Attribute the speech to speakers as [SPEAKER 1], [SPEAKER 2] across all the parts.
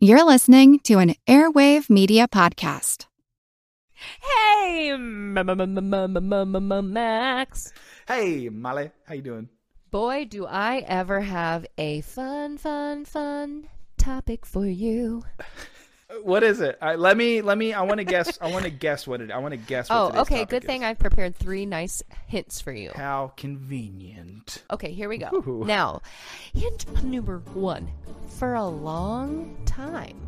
[SPEAKER 1] You're listening to an Airwave Media Podcast.
[SPEAKER 2] Hey, M- M- M- M- M- M- M- Max.
[SPEAKER 3] Hey, Molly, how you doing?
[SPEAKER 2] Boy, do I ever have a fun, fun, fun topic for you.
[SPEAKER 3] What is it? I, let me, let me. I want to guess. I want to guess what it. I want to guess. What
[SPEAKER 2] Oh,
[SPEAKER 3] today's
[SPEAKER 2] okay.
[SPEAKER 3] topic
[SPEAKER 2] Good thing
[SPEAKER 3] is.
[SPEAKER 2] I've prepared three nice hints for you.
[SPEAKER 3] How convenient.
[SPEAKER 2] Okay, here we go.
[SPEAKER 3] Ooh.
[SPEAKER 2] Now, hint number one. For a long time,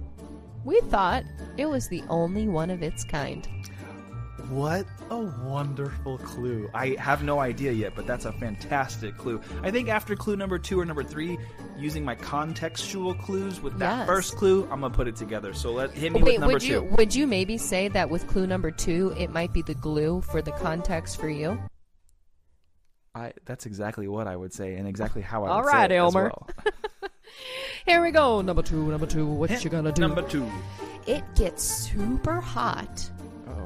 [SPEAKER 2] we thought it was the only one of its kind.
[SPEAKER 3] What a wonderful clue. I have no idea yet, but that's a fantastic clue. I think after clue number two or number three, using my contextual clues with that
[SPEAKER 2] Yes.
[SPEAKER 3] first clue, I'm gonna put it together. So let hit me
[SPEAKER 2] Wait,
[SPEAKER 3] with number
[SPEAKER 2] would you
[SPEAKER 3] two.
[SPEAKER 2] would you maybe say that with clue number two, it might be the glue for the context for you?
[SPEAKER 3] I, that's exactly what I would say, and exactly how I
[SPEAKER 2] All
[SPEAKER 3] would say
[SPEAKER 2] right,
[SPEAKER 3] it
[SPEAKER 2] Elmer.
[SPEAKER 3] As well.
[SPEAKER 2] Here we go, number two, number two. What
[SPEAKER 3] Hint
[SPEAKER 2] you gonna do?
[SPEAKER 3] Number two.
[SPEAKER 2] it gets super hot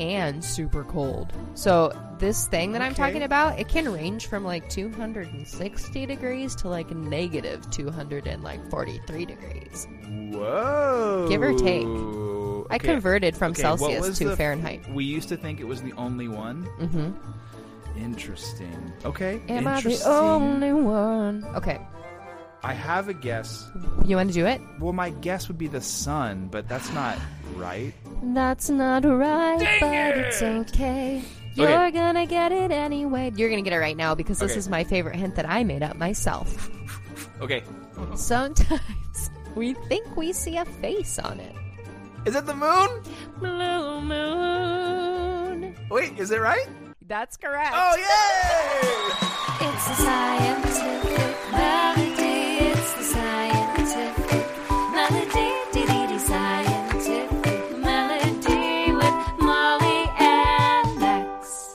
[SPEAKER 2] and super cold. So this thing that I'm
[SPEAKER 3] Okay.
[SPEAKER 2] talking about, it can range from like 260 degrees to like negative 243 degrees.
[SPEAKER 3] Whoa.
[SPEAKER 2] Give or take. I
[SPEAKER 3] Okay.
[SPEAKER 2] converted from
[SPEAKER 3] Okay, what
[SPEAKER 2] Celsius
[SPEAKER 3] was
[SPEAKER 2] to
[SPEAKER 3] the-
[SPEAKER 2] Fahrenheit.
[SPEAKER 3] We used to think it was the only one.
[SPEAKER 2] Mm-hmm.
[SPEAKER 3] Interesting. Okay.
[SPEAKER 2] Am I the
[SPEAKER 3] Interesting.
[SPEAKER 2] only one? Okay,
[SPEAKER 3] I have a guess.
[SPEAKER 2] you want to do it?
[SPEAKER 3] Well, my guess would be the sun, but that's not right.
[SPEAKER 2] That's not right, but it's okay. You're
[SPEAKER 3] Okay.
[SPEAKER 2] gonna get it anyway. You're gonna get it right now because this
[SPEAKER 3] Okay.
[SPEAKER 2] is my favorite hint that I made up myself.
[SPEAKER 3] Okay.
[SPEAKER 2] Sometimes we think we see a face on it.
[SPEAKER 3] Is it the moon?
[SPEAKER 2] Blue moon. Oh,
[SPEAKER 3] Wait, is it right?
[SPEAKER 2] That's correct.
[SPEAKER 3] Oh, yay!
[SPEAKER 4] It's the scientific melody. It's the scientific melody. Dee dee dee scientific melody with Molly and Max.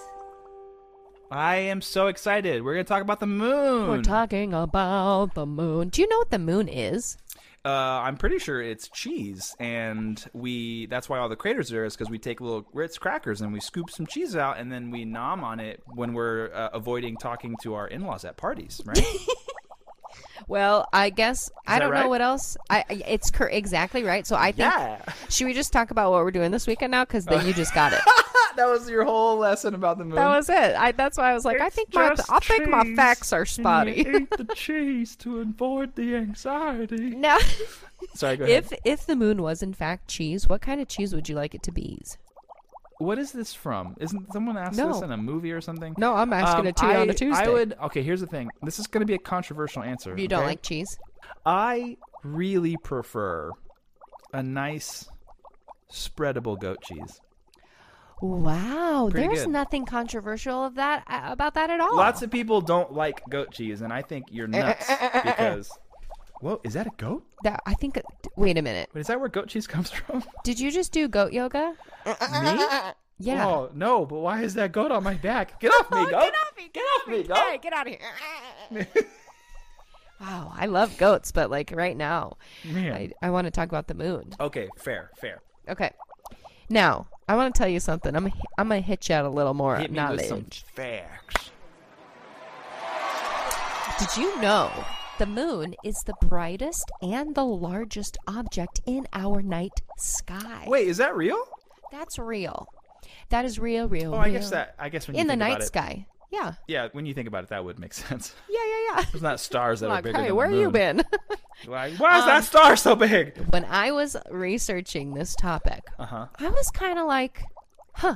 [SPEAKER 3] I am so excited. We're going to talk about the moon.
[SPEAKER 2] We're talking about the moon. Do you know what the moon is?
[SPEAKER 3] uh, I'm pretty sure it's cheese, and we that's why all the craters are there is because we take little Ritz crackers and we scoop some cheese out, and then we nom on it when we're uh, avoiding talking to our in-laws at parties, right?
[SPEAKER 2] Well, I guess I
[SPEAKER 3] that
[SPEAKER 2] don't know
[SPEAKER 3] right?
[SPEAKER 2] what else. I I- it's cor- exactly right. So I think
[SPEAKER 3] yeah,
[SPEAKER 2] should we just talk about what we're doing this weekend now? Because then you just got it.
[SPEAKER 3] that was your whole lesson about the moon.
[SPEAKER 2] That was it. I, that's why I was like, I think my I think my facts are spotty.
[SPEAKER 3] Eat the cheese to avoid the anxiety.
[SPEAKER 2] now,
[SPEAKER 3] Sorry, go ahead.
[SPEAKER 2] if if the moon was in fact cheese, what kind of cheese would you like it to be?
[SPEAKER 3] What is this from? Isn't someone asked
[SPEAKER 2] No.
[SPEAKER 3] this in a movie or something? Um,
[SPEAKER 2] No, I'm asking it to you
[SPEAKER 3] I,
[SPEAKER 2] on a Tuesday.
[SPEAKER 3] I would. Okay, here's the thing. This is going to be a controversial answer.
[SPEAKER 2] You don't
[SPEAKER 3] okay?
[SPEAKER 2] like cheese?
[SPEAKER 3] I really prefer a nice spreadable goat cheese.
[SPEAKER 2] Wow,
[SPEAKER 3] Pretty
[SPEAKER 2] there's
[SPEAKER 3] good.
[SPEAKER 2] nothing controversial of that uh, about that at all.
[SPEAKER 3] Lots of people don't like goat cheese, and I think you're
[SPEAKER 2] Eh,
[SPEAKER 3] nuts because. Whoa, is that a goat?
[SPEAKER 2] that I think. Wait a minute.
[SPEAKER 3] Wait, is that where goat cheese comes from?
[SPEAKER 2] Did you just do goat yoga?
[SPEAKER 3] Me?
[SPEAKER 2] Yeah.
[SPEAKER 3] Oh no, but why is that goat on my back? Get off me, goat! Get off me! Get off me,
[SPEAKER 2] Hey,
[SPEAKER 3] goat!
[SPEAKER 2] get out of here. wow, I love goats, but like right now,
[SPEAKER 3] Man.
[SPEAKER 2] I, I want to talk about the moon.
[SPEAKER 3] Okay, fair, fair.
[SPEAKER 2] Okay. Now, I want to tell you something. I'm I'm gonna hit you out a little more
[SPEAKER 3] Hit me
[SPEAKER 2] knowledge.
[SPEAKER 3] with some facts.
[SPEAKER 2] Did you know the moon is the brightest and the largest object in our night sky?
[SPEAKER 3] Wait, is that real?
[SPEAKER 2] that's real. That is real, real.
[SPEAKER 3] Oh, I guess
[SPEAKER 2] real.
[SPEAKER 3] that. I guess when you
[SPEAKER 2] in the
[SPEAKER 3] think about
[SPEAKER 2] night
[SPEAKER 3] it-
[SPEAKER 2] sky. Yeah,
[SPEAKER 3] Yeah, when you think about it, that would make sense.
[SPEAKER 2] yeah, yeah, yeah.
[SPEAKER 3] It's not stars that are
[SPEAKER 2] Like,
[SPEAKER 3] bigger
[SPEAKER 2] hey,
[SPEAKER 3] than
[SPEAKER 2] where
[SPEAKER 3] the
[SPEAKER 2] you
[SPEAKER 3] moon.
[SPEAKER 2] been?
[SPEAKER 3] Like, why is
[SPEAKER 2] Um,
[SPEAKER 3] that star so big?
[SPEAKER 2] when I was researching this topic,
[SPEAKER 3] Uh-huh.
[SPEAKER 2] I was kind of like, huh.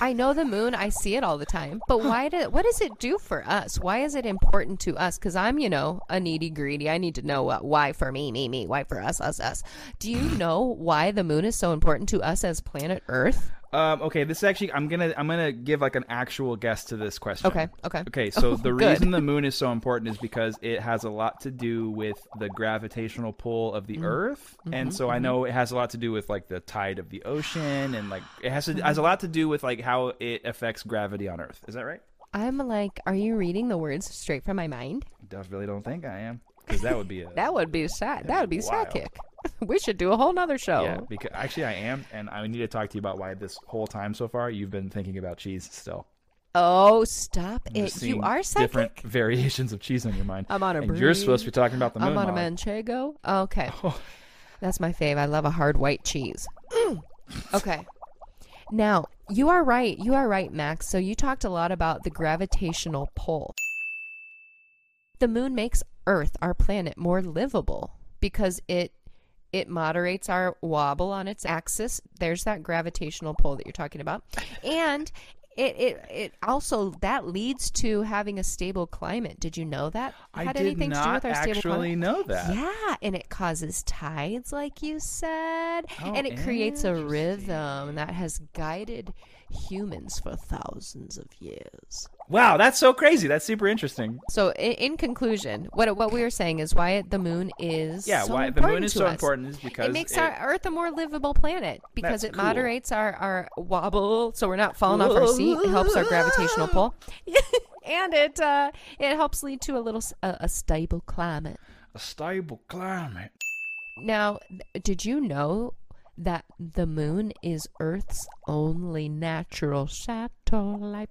[SPEAKER 2] I know the moon, I see it all the time, but why did what does it do for us? Why is it important to us? Cuz I'm, you know, a needy greedy. I need to know what why for me, me, me, why for us, us, us. Do you know why the moon is so important to us as planet Earth?
[SPEAKER 3] Um, okay, this is actually I'm gonna I'm gonna give like an actual guess to this question.
[SPEAKER 2] Okay, okay.
[SPEAKER 3] Okay, so the
[SPEAKER 2] good.
[SPEAKER 3] reason the moon is so important is because it has a lot to do with the gravitational pull of the
[SPEAKER 2] Mm-hmm.
[SPEAKER 3] Earth, and so I know it has a lot to do with like the tide of the ocean, and like it has to,
[SPEAKER 2] Mm-hmm.
[SPEAKER 3] has a lot to do with like how it affects gravity on Earth. Is that right?
[SPEAKER 2] I'm like, are you reading the words straight from my mind?
[SPEAKER 3] Definitely don't think I am, because that would be a
[SPEAKER 2] That would be sad. That would be
[SPEAKER 3] Wild.
[SPEAKER 2] sidekick. we should do a whole nother show.
[SPEAKER 3] yeah. Because actually I am, and I need to talk to you about why this whole time so far you've been thinking about cheese still.
[SPEAKER 2] Oh, stop
[SPEAKER 3] You're
[SPEAKER 2] it. You
[SPEAKER 3] seeing
[SPEAKER 2] are psychic.
[SPEAKER 3] different variations of cheese on your mind.
[SPEAKER 2] I'm on a
[SPEAKER 3] and you're supposed to be
[SPEAKER 2] breed.
[SPEAKER 3] talking about the moon.
[SPEAKER 2] I'm on a
[SPEAKER 3] Molly.
[SPEAKER 2] manchego. Okay. That's my fave. I love a hard white cheese. Mm. okay. Now, you are right. You are right, Max. So you talked a lot about the gravitational pull. The moon makes Earth, our planet, more livable because it it moderates our wobble on its axis. There's that gravitational pull that you're talking about. And it, it, it also that leads to having a stable climate. Did you know that?
[SPEAKER 3] I did not actually know that.
[SPEAKER 2] Yeah, and it causes tides, like you said,
[SPEAKER 3] Oh,
[SPEAKER 2] and it creates a
[SPEAKER 3] interesting.
[SPEAKER 2] rhythm that has guided humans for thousands of years.
[SPEAKER 3] Wow, that's so crazy. That's super interesting.
[SPEAKER 2] So, in, in conclusion, what what we were saying is why the moon is
[SPEAKER 3] Yeah,
[SPEAKER 2] so
[SPEAKER 3] why the
[SPEAKER 2] important
[SPEAKER 3] moon is
[SPEAKER 2] to
[SPEAKER 3] so
[SPEAKER 2] us.
[SPEAKER 3] important is because
[SPEAKER 2] it makes
[SPEAKER 3] it-
[SPEAKER 2] our Earth a more livable planet because it
[SPEAKER 3] That's cool.
[SPEAKER 2] moderates our, our wobble, so we're not falling off our seat. It helps our gravitational pull, and it uh, it helps lead to a little s- a, a stable climate.
[SPEAKER 3] A stable climate.
[SPEAKER 2] Now, th- did you know that the moon is Earth's only natural satellite?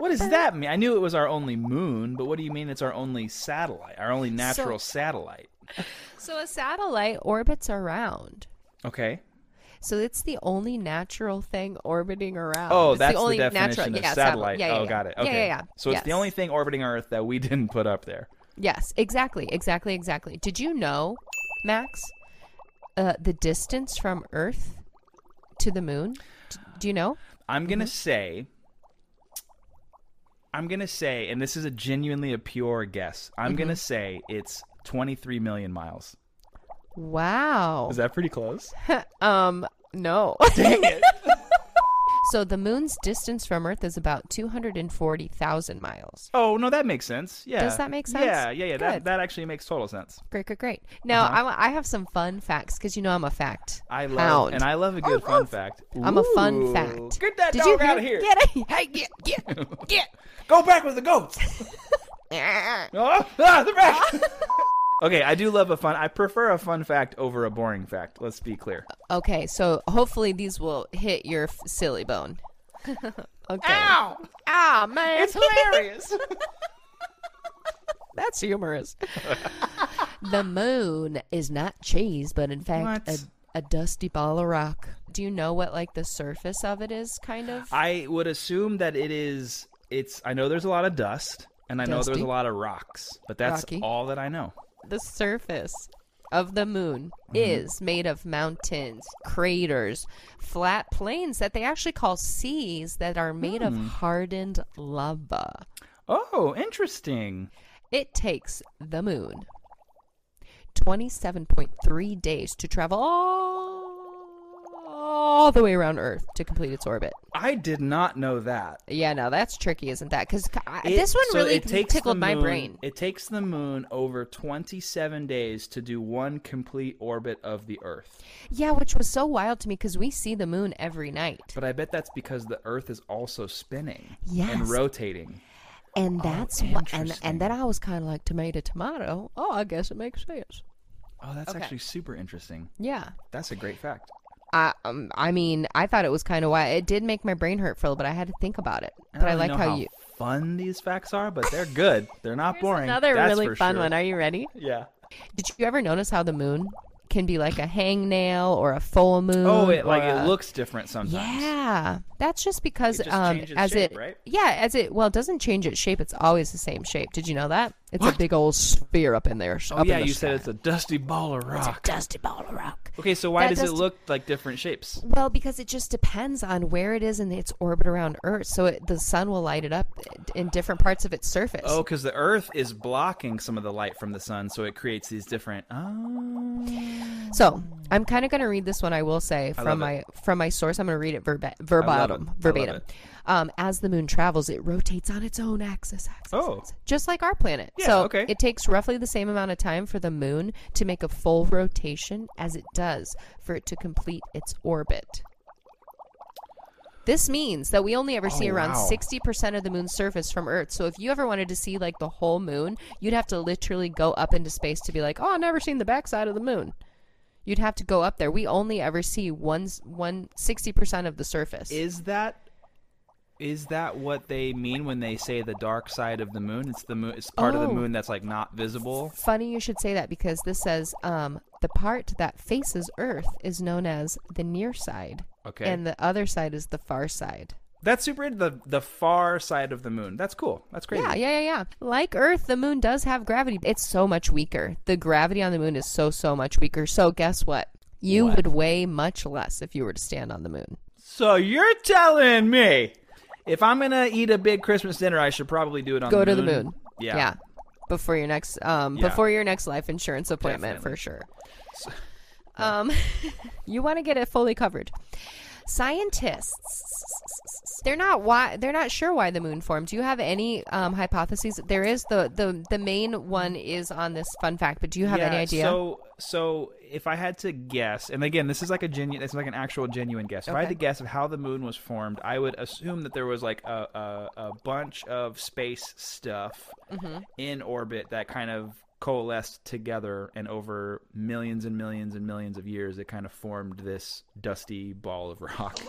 [SPEAKER 3] What does that mean? I knew it was our only moon, but what do you mean it's our only satellite? Our only natural satellite.
[SPEAKER 2] So a satellite orbits around.
[SPEAKER 3] Okay.
[SPEAKER 2] So it's the only natural thing orbiting around.
[SPEAKER 3] Oh,
[SPEAKER 2] It's
[SPEAKER 3] that's the,
[SPEAKER 2] only
[SPEAKER 3] definition
[SPEAKER 2] natural,
[SPEAKER 3] of
[SPEAKER 2] yeah,
[SPEAKER 3] satellite.
[SPEAKER 2] Yeah, yeah,
[SPEAKER 3] oh,
[SPEAKER 2] yeah.
[SPEAKER 3] got it. Okay.
[SPEAKER 2] Yeah, yeah, yeah.
[SPEAKER 3] So it's the
[SPEAKER 2] Yes.
[SPEAKER 3] only thing orbiting Earth that we didn't put up there.
[SPEAKER 2] Yes, exactly, exactly, exactly. Did you know, Max, uh, the distance from Earth to the moon? D- do you know?
[SPEAKER 3] I'm gonna say. I'm gonna say, and this is a genuinely a pure guess. I'm gonna say it's 23 million miles.
[SPEAKER 2] Wow.
[SPEAKER 3] Is that pretty close?
[SPEAKER 2] um, no.
[SPEAKER 3] Dang it!
[SPEAKER 2] so the moon's distance from Earth is about 240,000 miles.
[SPEAKER 3] Oh no, that makes sense. Yeah.
[SPEAKER 2] Does that make sense?
[SPEAKER 3] Yeah, yeah, yeah. That
[SPEAKER 2] Good.
[SPEAKER 3] that actually makes total sense.
[SPEAKER 2] Great, great, great. Now, I wa- I, have some fun facts because you know I'm a fact.
[SPEAKER 3] Uh-huh. I love
[SPEAKER 2] hound.
[SPEAKER 3] and I love a good fun fact.
[SPEAKER 2] I'm a fun
[SPEAKER 3] Ooh.
[SPEAKER 2] fact.
[SPEAKER 3] Get that
[SPEAKER 2] Did
[SPEAKER 3] dog
[SPEAKER 2] you
[SPEAKER 3] out of here.
[SPEAKER 2] Get it? Hey, get, get, get.
[SPEAKER 3] Go back with the goats. oh, ah, they're back. okay, I do love a fun. I prefer a fun fact over a boring fact. Let's be clear.
[SPEAKER 2] Okay, so hopefully these will hit your f- silly bone. okay. Ow! Ah, man. It's
[SPEAKER 3] hilarious.
[SPEAKER 2] That's humorous. the moon is not cheese, but in fact, a,
[SPEAKER 3] What?
[SPEAKER 2] a dusty ball of rock. Do you know what, like, the surface of it is, kind of?
[SPEAKER 3] I would assume that it is. It's. I know there's a lot of dust, and I know there's
[SPEAKER 2] Dusty.
[SPEAKER 3] a lot of rocks, but that's
[SPEAKER 2] Rocky.
[SPEAKER 3] all that I know.
[SPEAKER 2] the surface of the moon is made of mountains, craters, flat plains that they actually call seas that are made of hardened lava.
[SPEAKER 3] Oh, interesting.
[SPEAKER 2] It takes the moon 27.3 days to travel all, all the way around Earth to complete its orbit.
[SPEAKER 3] I did not know that.
[SPEAKER 2] Yeah, no, that's tricky, isn't that? Because
[SPEAKER 3] It-
[SPEAKER 2] Uh, this one
[SPEAKER 3] so
[SPEAKER 2] really
[SPEAKER 3] it takes the
[SPEAKER 2] tickled my
[SPEAKER 3] moon-
[SPEAKER 2] brain.
[SPEAKER 3] It takes the moon over 27 days to do one complete orbit of the Earth.
[SPEAKER 2] Yeah, which was so wild to me because we see the moon every night.
[SPEAKER 3] But I bet that's because the Earth is also spinning
[SPEAKER 2] Yes.
[SPEAKER 3] and rotating.
[SPEAKER 2] And
[SPEAKER 3] Oh,
[SPEAKER 2] that's what, and,
[SPEAKER 3] interesting.
[SPEAKER 2] and then I was kind of like tomato, tomato. Oh, I guess it makes sense.
[SPEAKER 3] Oh, that's
[SPEAKER 2] Okay.
[SPEAKER 3] actually super interesting.
[SPEAKER 2] Yeah,
[SPEAKER 3] That's a great fact.
[SPEAKER 2] I, um, I mean, I thought it was kind of wild. It did make my brain hurt, Phil, but I had to think about it. But
[SPEAKER 3] don't
[SPEAKER 2] I
[SPEAKER 3] really
[SPEAKER 2] like
[SPEAKER 3] know
[SPEAKER 2] how, you.
[SPEAKER 3] fun these facts are, but they're good. They're not boring.
[SPEAKER 2] Another
[SPEAKER 3] that's
[SPEAKER 2] really
[SPEAKER 3] for
[SPEAKER 2] fun
[SPEAKER 3] sure.
[SPEAKER 2] one. Are you ready?
[SPEAKER 3] Yeah.
[SPEAKER 2] Did you ever notice how the moon can be like a hangnail or a full moon?
[SPEAKER 3] Oh, it,
[SPEAKER 2] or
[SPEAKER 3] like
[SPEAKER 2] a-
[SPEAKER 3] it looks different sometimes.
[SPEAKER 2] Yeah, that's just because
[SPEAKER 3] It just
[SPEAKER 2] um,
[SPEAKER 3] changes
[SPEAKER 2] as
[SPEAKER 3] shape,
[SPEAKER 2] it
[SPEAKER 3] right?
[SPEAKER 2] yeah, as it well it doesn't change its shape. It's always the same shape. Did you know that? It's a big old sphere up in there.
[SPEAKER 3] Oh
[SPEAKER 2] up in
[SPEAKER 3] yeah,
[SPEAKER 2] the
[SPEAKER 3] you
[SPEAKER 2] sky.
[SPEAKER 3] said it's a dusty ball of rock.
[SPEAKER 2] dusty ball of rock.
[SPEAKER 3] okay, so why
[SPEAKER 2] That
[SPEAKER 3] does it
[SPEAKER 2] dusty-
[SPEAKER 3] look like different shapes?
[SPEAKER 2] Well, because it just depends on where it is in its orbit around Earth. So it, the sun will light it up in different parts of its surface.
[SPEAKER 3] Oh, because the Earth is blocking some of the light from the sun, so it creates these different. Oh.
[SPEAKER 2] So I'm kind of going to read this one. I will say
[SPEAKER 3] love
[SPEAKER 2] from
[SPEAKER 3] it.
[SPEAKER 2] my from my source. I'm going to read it verba- verbatim.
[SPEAKER 3] it. I love
[SPEAKER 2] Verbatim.
[SPEAKER 3] it.
[SPEAKER 2] Um, as the moon travels, it rotates on its own axis. axis
[SPEAKER 3] Oh.
[SPEAKER 2] axis, just like our planet.
[SPEAKER 3] Yeah,
[SPEAKER 2] so
[SPEAKER 3] okay.
[SPEAKER 2] it takes roughly the same amount of time for the moon to make a full rotation as it does for it to complete its orbit. This means that we only ever see
[SPEAKER 3] Oh,
[SPEAKER 2] around
[SPEAKER 3] wow.
[SPEAKER 2] 60% of the moon's surface from Earth. So if you ever wanted to see like the whole moon, you'd have to literally go up into space to be like, "Oh, I've never seen the backside of the moon." You'd have to go up there. We only ever see one one sixty percent of the surface.
[SPEAKER 3] Is that is that what they mean when they say the dark side of the moon? It's the moon. It's part of
[SPEAKER 2] Oh.
[SPEAKER 3] the moon that's like not visible.
[SPEAKER 2] Funny you should say that because this says um, the part that faces Earth is known as the near side,
[SPEAKER 3] Okay.
[SPEAKER 2] and the other side is the far side.
[SPEAKER 3] That's super the the far side of the moon. That's cool. That's crazy.
[SPEAKER 2] Yeah, yeah, yeah, yeah. Like Earth, the moon does have gravity. It's so much weaker. The gravity on the moon is so, so much weaker. So, guess what? You
[SPEAKER 3] What?
[SPEAKER 2] would weigh much less if you were to stand on the moon.
[SPEAKER 3] So you're telling me if I'm gonna eat a big Christmas dinner, I should probably do it on
[SPEAKER 2] Go
[SPEAKER 3] the
[SPEAKER 2] to
[SPEAKER 3] moon.
[SPEAKER 2] the moon.
[SPEAKER 3] Yeah.
[SPEAKER 2] Yeah. Before your next um
[SPEAKER 3] Yeah.
[SPEAKER 2] before your next life insurance appointment
[SPEAKER 3] Definitely.
[SPEAKER 2] for sure. Um you want to get it fully covered. Scientists they're not why they're not sure why the moon formed. Do you have any um, hypotheses? There is the, the the main one is on this fun fact, but do you have
[SPEAKER 3] yeah,
[SPEAKER 2] any idea?
[SPEAKER 3] So so if I had to guess, and again, this is like a genuine, this is like an actual genuine guess. If I had
[SPEAKER 2] Okay.
[SPEAKER 3] to guess of how the moon was formed, I would assume that there was like a a, a bunch of space stuff
[SPEAKER 2] Mm-hmm.
[SPEAKER 3] in orbit that kind of coalesced together and over millions and millions and millions of years it kind of formed this dusty ball of rock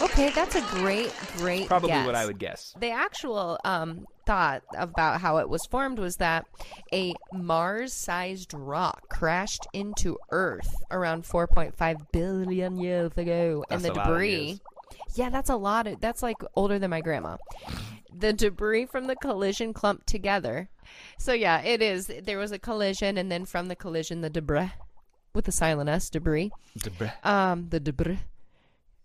[SPEAKER 2] Okay, that's a great, great
[SPEAKER 3] probably
[SPEAKER 2] guess.
[SPEAKER 3] what i would guess
[SPEAKER 2] The actual um, thought about how it was formed was that a Mars-sized rock crashed into Earth around 4.5 billion years ago, and
[SPEAKER 3] That's
[SPEAKER 2] the
[SPEAKER 3] a lot of
[SPEAKER 2] debris.
[SPEAKER 3] years.
[SPEAKER 2] Yeah, that's a lot. Of, that's like older than my grandma. The debris from the collision clumped together. So yeah, it is. There was a collision, and then from the collision, the debris, with the silent s, debris, um, the debris,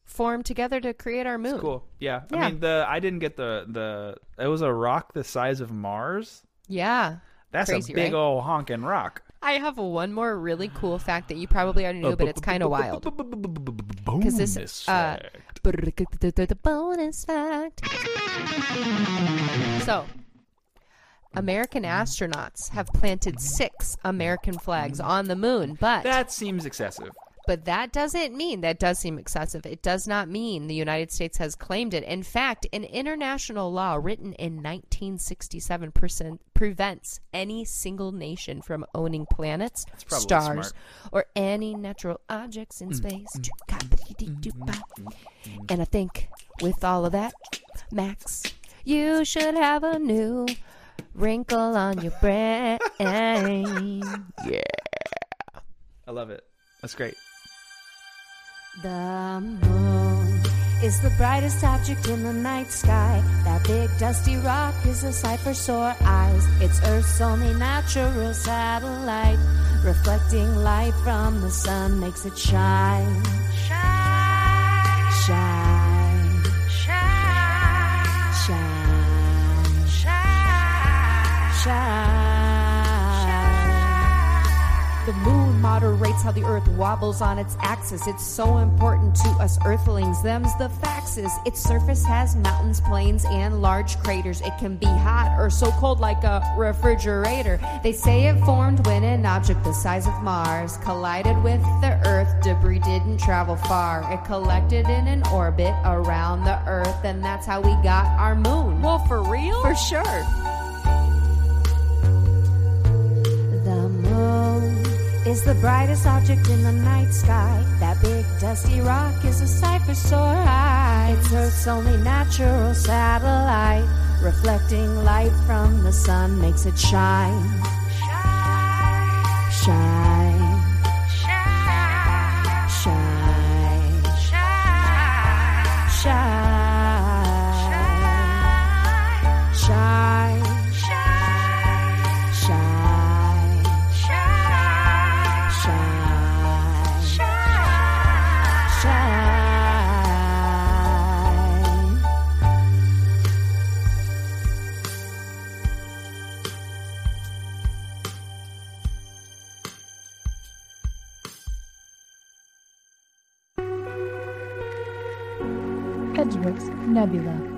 [SPEAKER 2] formed together to create our moon.
[SPEAKER 3] cool yeah.
[SPEAKER 2] Yeah.
[SPEAKER 3] i mean the i didn't get the the it was a rock the size of mars
[SPEAKER 2] Yeah.
[SPEAKER 3] that's
[SPEAKER 2] Crazy,
[SPEAKER 3] a big
[SPEAKER 2] right?
[SPEAKER 3] old honking rock
[SPEAKER 2] I have one more really cool fact that you probably already knew, but it's kind of wild.
[SPEAKER 3] Because
[SPEAKER 2] this, uh, Bonus fact. So, American astronauts have planted six American flags on the moon, but
[SPEAKER 3] that seems excessive.
[SPEAKER 2] but that doesn't mean that does seem excessive. It does not mean the United States has claimed it. In fact, an international law written in 1967 percent prevents any single nation from owning planets,
[SPEAKER 3] probably
[SPEAKER 2] stars,
[SPEAKER 3] smart.
[SPEAKER 2] or any natural objects in space. Choo-ka-ba-dee-dee-doo-ba. And I think with all of that, Max, you should have a new wrinkle on your brain. Yeah.
[SPEAKER 3] I love it. That's great.
[SPEAKER 4] The moon is the brightest object in the night sky. That big dusty rock is a sight for sore eyes. It's Earth's only natural satellite. Reflecting light from the sun makes it shine. Shine. Shine. Shine. Shine. Shine. The moon moderates how the earth wobbles on its axis. It's so important to us earthlings. Them's the faxes. Its surface has mountains, plains, and large craters. It can be hot or so cold like a refrigerator. They say it formed when an object the size of Mars collided with the earth. Debris didn't travel far. It collected in an orbit around the earth, and that's how we got our moon. Well, for real? For sure. The moon is the brightest object in the night sky. That big dusty rock is a sight for sore eyes. It's Earth's only natural satellite. Reflecting light from the sun makes it shine. Shine. Shine. Shine. Shine. Shine. Shine. Shine. Shine. Shine. Shine.
[SPEAKER 5] Edgeworks Nebula.